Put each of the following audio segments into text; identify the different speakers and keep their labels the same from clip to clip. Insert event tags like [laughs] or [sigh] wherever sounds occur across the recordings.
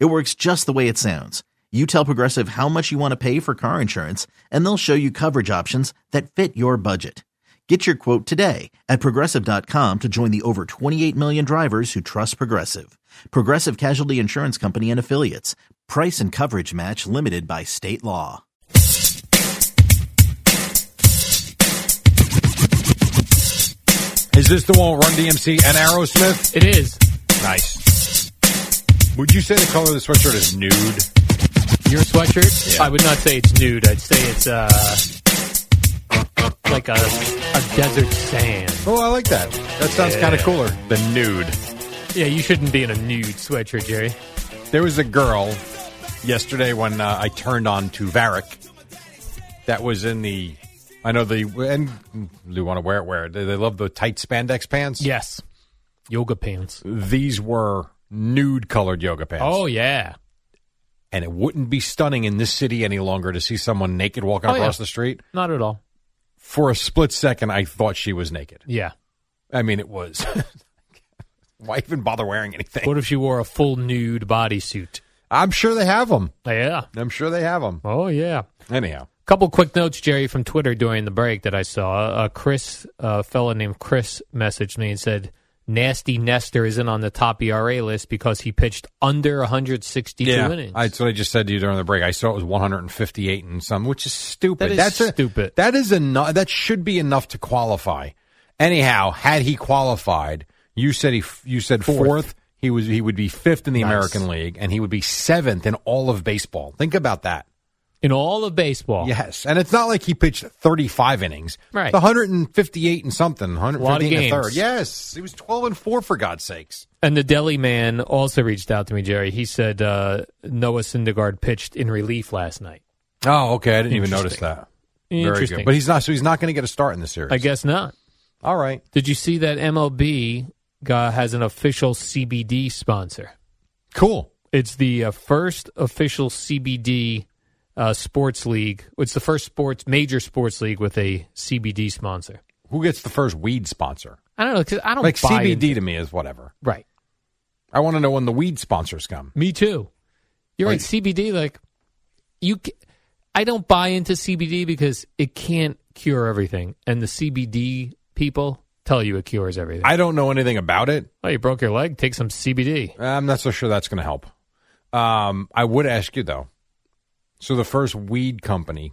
Speaker 1: It works just the way it sounds. You tell Progressive how much you want to pay for car insurance, and they'll show you coverage options that fit your budget. Get your quote today at progressive.com to join the over 28 million drivers who trust Progressive. Progressive Casualty Insurance Company and Affiliates. Price and coverage match limited by state law.
Speaker 2: Is this the one with Run DMC and Aerosmith?
Speaker 3: It is.
Speaker 2: Nice. Would you say the color of the sweatshirt is nude?
Speaker 3: Your sweatshirt?
Speaker 2: Yeah.
Speaker 3: I would not say it's nude. I'd say it's uh like a a desert sand.
Speaker 2: Oh, I like that. That sounds kind of
Speaker 3: Yeah.
Speaker 2: cooler than nude.
Speaker 3: Yeah, you shouldn't be in a nude sweatshirt, Jerry.
Speaker 2: There was a girl yesterday when uh, I turned on to Varick that was in the. I know the and you want to wear it. Wear it. They they love the tight spandex pants.
Speaker 3: Yes. Yoga pants.
Speaker 2: these were nude colored yoga pants.
Speaker 3: Oh yeah.
Speaker 2: and it wouldn't be stunning in this city any longer to see someone naked walking
Speaker 3: Oh, yeah.
Speaker 2: across the street.
Speaker 3: Not at all.
Speaker 2: For a split second, I thought she was naked.
Speaker 3: Yeah.
Speaker 2: I mean, it was. [laughs] Why even bother wearing anything?
Speaker 3: What if she wore a full nude bodysuit?
Speaker 2: I'm sure they have them.
Speaker 3: Yeah.
Speaker 2: I'm sure they have them.
Speaker 3: Oh yeah.
Speaker 2: Anyhow,
Speaker 3: Couple quick notes, Jerry, from Twitter during the break that I saw. Uh, Chris, a fellow named Chris, messaged me and said, "Nasty Nestor isn't on the top ERA list because he pitched under 162 innings."
Speaker 2: I, that's what I just said to you during the break. I saw it was 158 and some, which is stupid.
Speaker 3: That is
Speaker 2: that's a-
Speaker 3: stupid.
Speaker 2: that is enough. That should be enough to qualify. Anyhow, had he qualified, you said he. f- You said fourth.
Speaker 3: Fourth.
Speaker 2: He was. He would be fifth in the
Speaker 3: Nice.
Speaker 2: American League, and he would be seventh in all of baseball. Think about that.
Speaker 3: in all of baseball.
Speaker 2: Yes, and it's not like he pitched 35 innings.
Speaker 3: Right.
Speaker 2: The 158 and something, 158 and a
Speaker 3: games.
Speaker 2: third. Yes, he was 12 and 4 for God's sakes.
Speaker 3: And the deli man also reached out to me, Jerry. He said uh, Noah Syndergaard pitched in relief last night.
Speaker 2: Oh, okay. I didn't even
Speaker 3: Interesting.
Speaker 2: notice that.
Speaker 3: Interesting.
Speaker 2: But he's not so he's not going to get a start in the series.
Speaker 3: I guess not.
Speaker 2: All right.
Speaker 3: Did you see that MLB guy has an official CBD sponsor?
Speaker 2: Cool.
Speaker 3: It's the uh, first official CBD uh, sports league. It's the first sports major sports league with a CBD sponsor.
Speaker 2: Who gets the first weed sponsor?
Speaker 3: I don't know because I don't
Speaker 2: Like
Speaker 3: buy
Speaker 2: CBD
Speaker 3: into-
Speaker 2: to me is whatever.
Speaker 3: right.
Speaker 2: I want to know when the weed sponsors come.
Speaker 3: Me too. You're
Speaker 2: Like-
Speaker 3: right. CBD, like you, ca- I don't buy into CBD because it can't cure everything, and the CBD people tell you it cures everything.
Speaker 2: I don't know anything about it.
Speaker 3: oh, you broke your leg? Take some CBD.
Speaker 2: I'm not so sure that's going to help. Um, I would ask you though. So the first weed company,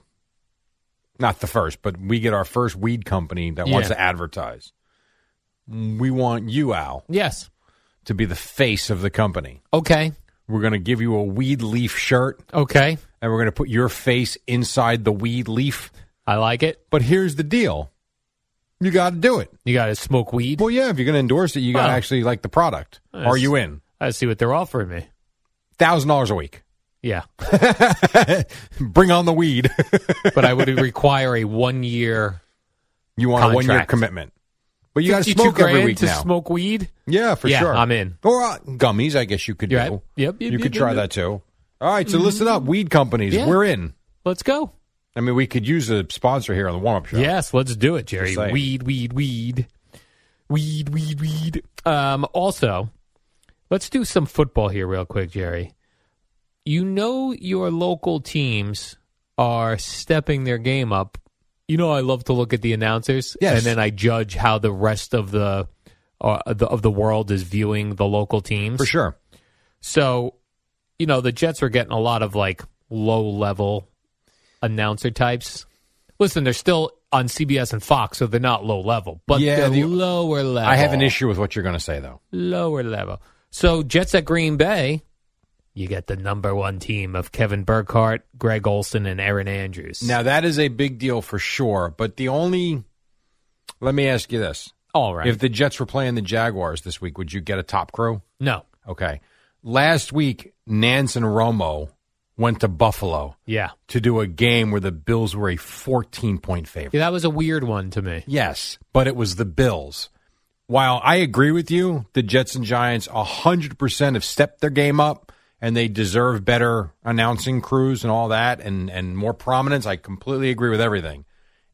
Speaker 2: not the first, but we get our first weed company that wants
Speaker 3: Yeah.
Speaker 2: to advertise. We want you, Al,
Speaker 3: Yes.
Speaker 2: to be the face of the company.
Speaker 3: Okay.
Speaker 2: We're going to give you a weed leaf shirt,
Speaker 3: Okay.
Speaker 2: and we're going to put your face inside the weed leaf.
Speaker 3: I like it.
Speaker 2: But here's the deal: you got to do it.
Speaker 3: You got to smoke weed.
Speaker 2: Well, yeah, if you're going to endorse it, you got to
Speaker 3: Wow.
Speaker 2: actually like the product.
Speaker 3: That's-
Speaker 2: Are you in?
Speaker 3: I see what they're offering me.
Speaker 2: Thousand dollars a week. [laughs]
Speaker 3: Yeah,
Speaker 2: Bring on the weed.
Speaker 3: but I would require a one year.
Speaker 2: You want a one year
Speaker 3: contract.
Speaker 2: commitment. But you got to
Speaker 3: 52
Speaker 2: smoke
Speaker 3: grand
Speaker 2: every week
Speaker 3: to
Speaker 2: now.
Speaker 3: smoke weed.
Speaker 2: Yeah, for
Speaker 3: Yeah,
Speaker 2: sure.
Speaker 3: I'm in.
Speaker 2: Or uh, gummies, I guess you could
Speaker 3: You're
Speaker 2: do.
Speaker 3: right. Yep, yep,
Speaker 2: you
Speaker 3: yep,
Speaker 2: could
Speaker 3: yep,
Speaker 2: try
Speaker 3: yep. Mm-hmm.
Speaker 2: that too. All right, so listen up, weed companies,
Speaker 3: Yeah.
Speaker 2: we're in.
Speaker 3: Let's go.
Speaker 2: I mean, we could use a sponsor here on the warm up show.
Speaker 3: Yes, let's do it, Jerry.
Speaker 2: Just saying.
Speaker 3: Weed, weed, weed. Weed, weed, weed. Um, also, let's do some football here, real quick, Jerry. You know, your local teams are stepping their game up. You know, I love to look at the announcers,
Speaker 2: Yes.
Speaker 3: and then I judge how the rest of the, uh, the of the world is viewing the local teams.
Speaker 2: for sure.
Speaker 3: So, you know, the Jets were getting a lot of like low level announcer types. Listen, they're still on CBS and Fox, so they're not low level, but
Speaker 2: Yeah,
Speaker 3: they're
Speaker 2: the-
Speaker 3: lower level.
Speaker 2: I have an issue with what you're going to say though.
Speaker 3: Lower level. So, Jets at Green Bay, you get the number one team of Kevin Burkhardt, Greg Olson, and Aaron Andrews.
Speaker 2: Now that is a big deal for sure. But the only, let me ask you this:
Speaker 3: all right.
Speaker 2: If the Jets were playing the Jaguars this week, would you get a top crew?
Speaker 3: no.
Speaker 2: Okay. Last week, Nance and Romo went to Buffalo
Speaker 3: Yeah.
Speaker 2: to do a game where the Bills were a 14 point favorite.
Speaker 3: yeah. That was a weird one to me.
Speaker 2: Yes, but it was the Bills. While I agree with you, the Jets and Giants 100% have stepped their game up and they deserve better announcing crews and all that and, and more prominence. I completely agree with everything.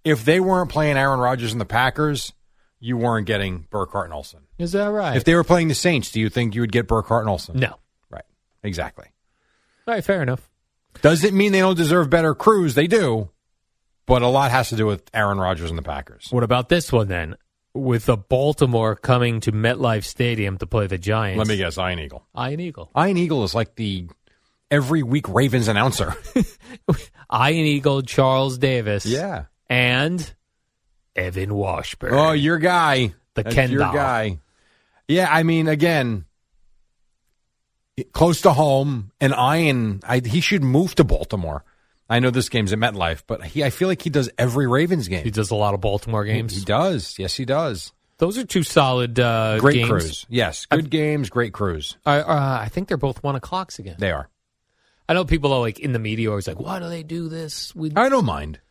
Speaker 2: If they weren't playing Aaron Rodgers and the Packers, you weren't getting Burkhart and Olsen.
Speaker 3: Is that right?
Speaker 2: If they were playing the Saints, do you think you would get Burkhart and Olsen?
Speaker 3: no. All
Speaker 2: Right. Exactly.
Speaker 3: right. Fair enough.
Speaker 2: Does it mean they don't deserve better crews? They do. But a lot has to do with Aaron Rodgers and the Packers.
Speaker 3: What about this one then? With the Baltimore coming to MetLife Stadium to play the Giants.
Speaker 2: Let me guess, Iron Eagle.
Speaker 3: Ian Eagle.
Speaker 2: Ian Eagle is like the every week Ravens
Speaker 3: [laughs]
Speaker 2: announcer.
Speaker 3: Ian Eagle, Charles Davis. And Evan Washburn.
Speaker 2: Oh, your guy.
Speaker 3: The
Speaker 2: That's
Speaker 3: Ken
Speaker 2: your
Speaker 3: doll.
Speaker 2: guy. Yeah, I mean, again, close to home, and Ian, I, he should move to Baltimore. I know this game's at MetLife, but he, I feel like he does every Ravens game.
Speaker 3: He does a lot of Baltimore games.
Speaker 2: He does. Yes, he does.
Speaker 3: Those are two solid uh,
Speaker 2: great
Speaker 3: games.
Speaker 2: crews. Yes, good games, great crews.
Speaker 3: I, uh, I think they're both one o'clocks again.
Speaker 2: They are.
Speaker 3: I know people are like in the media always like, why do they do this? With...
Speaker 2: I don't mind.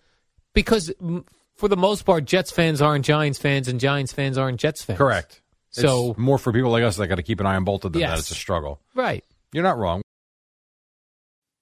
Speaker 3: Because mm, for the most part, Jets fans aren't Giants fans, and Giants fans aren't Jets fans.
Speaker 2: Correct. It's
Speaker 3: So
Speaker 2: more for people like us that got to keep an eye on both of them. That
Speaker 3: Yes.
Speaker 2: it's a struggle.
Speaker 3: right,
Speaker 2: You're not wrong.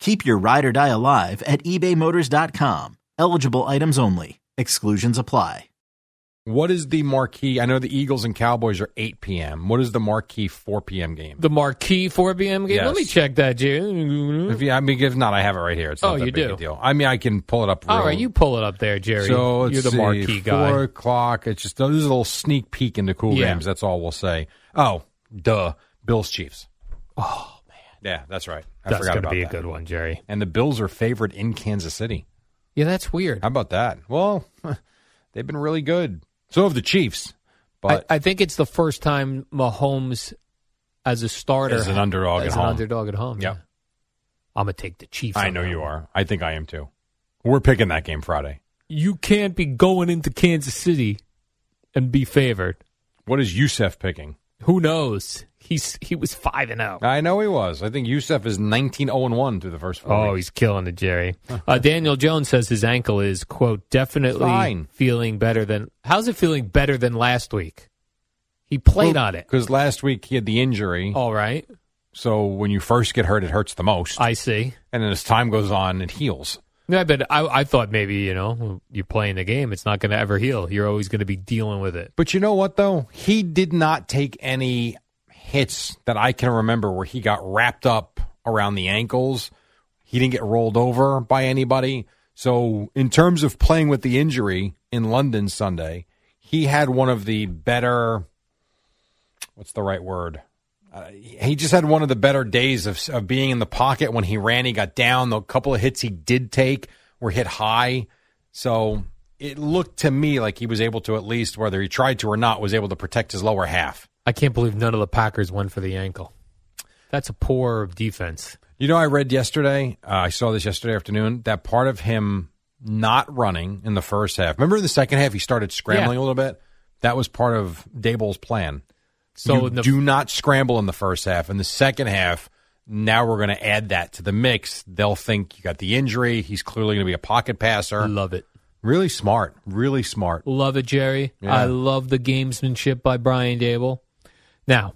Speaker 1: Keep your ride or die alive at ebaymotors.com. Eligible items only. Exclusions apply.
Speaker 2: What is the marquee? I know the Eagles and Cowboys are 8 p.m. What is the marquee 4 p.m. game?
Speaker 3: the marquee four BM game. Let
Speaker 2: Yes.
Speaker 3: me check that, Jerry.
Speaker 2: If you, I mean, if not, I have it right here. It's not
Speaker 3: Oh,
Speaker 2: that
Speaker 3: you
Speaker 2: big
Speaker 3: do.
Speaker 2: A deal. I mean, I can pull it up.
Speaker 3: All
Speaker 2: real-
Speaker 3: right, you pull it up there, Jerry.
Speaker 2: So let's
Speaker 3: You're the
Speaker 2: see,
Speaker 3: marquee guy.
Speaker 2: Four o'clock. It's just this is a little sneak peek into cool
Speaker 3: Yeah.
Speaker 2: games. That's all we'll say. Oh, duh. Bills Chiefs. Oh man. Yeah, that's right. I
Speaker 3: That's
Speaker 2: forgot
Speaker 3: gonna
Speaker 2: about
Speaker 3: be
Speaker 2: that.
Speaker 3: a good one, Jerry.
Speaker 2: And the Bills are favored in Kansas City.
Speaker 3: Yeah, that's weird.
Speaker 2: How about that? Well, [laughs] they've been really good. So have the Chiefs, but
Speaker 3: I, I think it's the first time Mahomes as a starter
Speaker 2: As an underdog
Speaker 3: as
Speaker 2: at
Speaker 3: an
Speaker 2: home.
Speaker 3: underdog at home.
Speaker 2: Yep.
Speaker 3: yeah. I'm gonna take the Chiefs.
Speaker 2: I
Speaker 3: on
Speaker 2: know
Speaker 3: that
Speaker 2: you
Speaker 3: one.
Speaker 2: are. I think I am too. We're picking that game Friday.
Speaker 3: You can't be going into Kansas City and be favored.
Speaker 2: What is Yusef picking?
Speaker 3: Who knows? He's he was five and oh. zero.
Speaker 2: I know he was. I think Yusef is 19 0 1 through the first four.
Speaker 3: Oh,
Speaker 2: weeks.
Speaker 3: he's killing it, Jerry. [laughs] Uh, Daniel Jones says his ankle is quote definitely
Speaker 2: Fine.
Speaker 3: feeling better than. How's it feeling better than last week? He played on it. Oh.
Speaker 2: Because last week he had the injury.
Speaker 3: All right,
Speaker 2: So when you first get hurt, it hurts the most.
Speaker 3: I see.
Speaker 2: and then as time goes on, it heals.
Speaker 3: Yeah, but I, I thought maybe you know you're playing the game. It's not going to ever heal. You're always going to be dealing with it.
Speaker 2: But you know what, though? He did not take any hits that I can remember where he got wrapped up around the ankles. He didn't get rolled over by anybody. So, in terms of playing with the injury in London Sunday, he had one of the better. What's the right word? Uh, he just had one of the better days of, of being in the pocket when he ran. He got down. The couple of hits he did take were hit high. So it looked to me like he was able to at least, whether he tried to or not, was able to protect his lower half.
Speaker 3: I can't believe none of the Packers went for the ankle. That's a poor defense.
Speaker 2: You know, I read yesterday, uh, I saw this yesterday afternoon, that part of him not running in the first half. Remember in the second half, he started scrambling a little bit? That was part of Dable's plan.
Speaker 3: So
Speaker 2: you
Speaker 3: in the
Speaker 2: do not scramble in the first half. In the second half, now we're going to add that to the mix. They'll think you got the injury. He's clearly going to be a pocket passer.
Speaker 3: [laughs] love it,
Speaker 2: Really smart. Really smart.
Speaker 3: love it, Jerry.
Speaker 2: Yeah.
Speaker 3: I love the gamesmanship by Brian Dable. Now,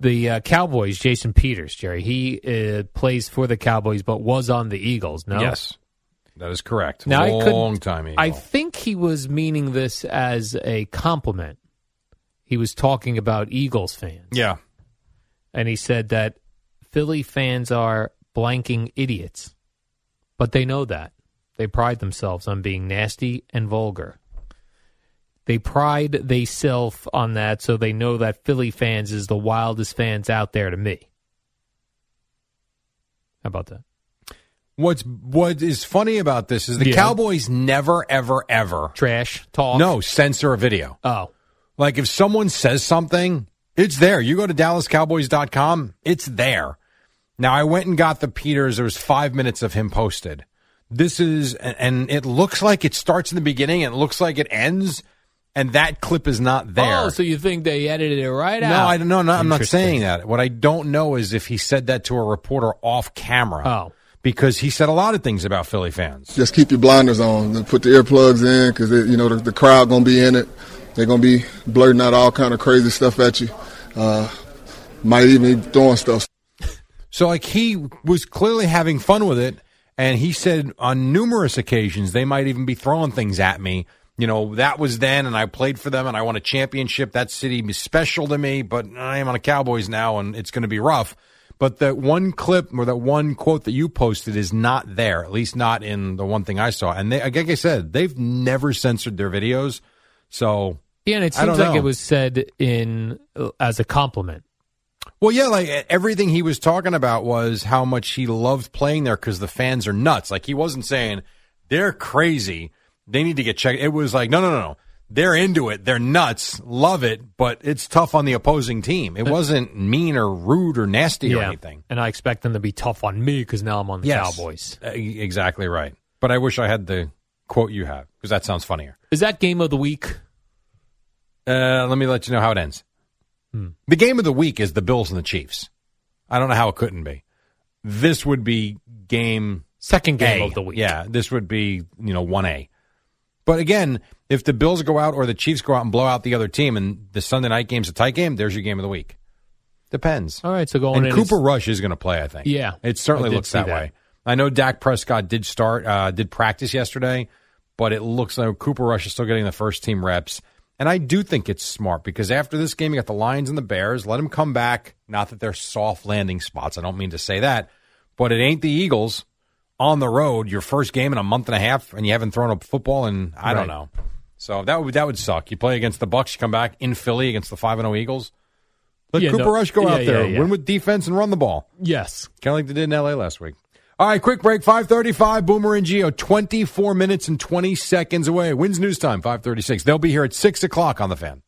Speaker 3: the uh, Cowboys, Jason Peters, Jerry. He uh, plays for the Cowboys, but was on the Eagles. No,
Speaker 2: Yes, that is correct.
Speaker 3: Now, I couldn't-
Speaker 2: Long time. Eagle.
Speaker 3: I think he was meaning this as a compliment. he was talking about Eagles fans.
Speaker 2: Yeah.
Speaker 3: and he said that Philly fans are blanking idiots, but they know that. They pride themselves on being nasty and vulgar. They pride theyself on that, so they know that Philly fans is the wildest fans out there to me. How about that?
Speaker 2: What's what is funny about this is the
Speaker 3: Yeah.
Speaker 2: Cowboys never, ever, ever
Speaker 3: Trash talk.
Speaker 2: no censor a video.
Speaker 3: Oh,
Speaker 2: Like if someone says something, it's there. You go to DallasCowboys.com, it's there. Now I went and got the Peters. There was five minutes of him posted. This is and- and it looks like it starts in the beginning and it looks like it ends, and that clip is not there.
Speaker 3: Oh, so you think they edited it right
Speaker 2: no,
Speaker 3: out?
Speaker 2: I don't know. No, I'm not
Speaker 3: Interesting.
Speaker 2: saying that. What I don't know is if he said that to a reporter off camera.
Speaker 3: Oh.
Speaker 2: Because he said a lot of things about Philly fans.
Speaker 4: just keep your blinders on and put the earplugs in because you know the, the crowd gonna be in it they're gonna be blurting out all kind of crazy stuff at you uh, might even be throwing stuff
Speaker 2: So, like, he was clearly having fun with it. And he said on numerous occasions, they might even be throwing things at me. You know, that was then, and I played for them, and I won a championship. That city is special to me, but I am on a Cowboys now, and it's going to be rough. But that one clip or that one quote that you posted is not there, at least not in the one thing I saw. And they, like I said, they've never censored their videos. So
Speaker 3: Yeah, and it
Speaker 2: I don't
Speaker 3: seems like
Speaker 2: know.
Speaker 3: it was said in uh, as a compliment.
Speaker 2: Well, yeah, like e, everything he was talking about was how much he loved playing there because the fans are nuts. Like he wasn't saying they're crazy, they need to get checked. It was like no, no, no, no, they're into it, they're nuts, love it, but it's tough on the opposing team. It wasn't mean or rude or nasty or anything.
Speaker 3: And I expect them to be tough on me because now I'm on the
Speaker 2: Yes.
Speaker 3: Cowboys.
Speaker 2: Uh, e- exactly right. But I wish I had the quote you have because that sounds funnier.
Speaker 3: Is that game of the week?
Speaker 2: Uh, let me let you know how it ends.
Speaker 3: Hmm.
Speaker 2: The game of the week is the Bills and the Chiefs. I don't know how it couldn't be. This would be game
Speaker 3: Second game
Speaker 2: A.
Speaker 3: of the week.
Speaker 2: Yeah, this would be you know one A. But again, if the Bills go out or the Chiefs go out and blow out the other team, and the Sunday night game's a tight game, there's your game of the week. Depends.
Speaker 3: All right, so going
Speaker 2: And
Speaker 3: in
Speaker 2: Cooper
Speaker 3: is-
Speaker 2: Rush is going to play, I think.
Speaker 3: Yeah,
Speaker 2: it
Speaker 3: I
Speaker 2: certainly
Speaker 3: did
Speaker 2: looks
Speaker 3: see
Speaker 2: that,
Speaker 3: that.
Speaker 2: way. I know Dak Prescott did start, uh, did practice yesterday, but it looks like Cooper Rush is still getting the first team reps. And I do think it's smart because after this game, you got the Lions and the Bears. Let them come back. Not that they're soft landing spots. I don't mean to say that, but it ain't the Eagles on the road. Your first game in a month and a half, and you haven't thrown a football. And I don't
Speaker 3: Right.
Speaker 2: know. So that would that would suck. You play against the Bucks, you come back in Philly against the five and zero Eagles. Let
Speaker 3: Yeah,
Speaker 2: Cooper
Speaker 3: no-
Speaker 2: Rush go
Speaker 3: yeah,
Speaker 2: out there,
Speaker 3: yeah, yeah.
Speaker 2: win with defense, and run the ball,
Speaker 3: yes.
Speaker 2: kind of like they did in L.A. last week. All right, quick break. Five thirty-five. Boomer and Geo, twenty-four minutes and twenty seconds away. Wins news time. Five thirty-six. They'll be here at six o'clock on the fan.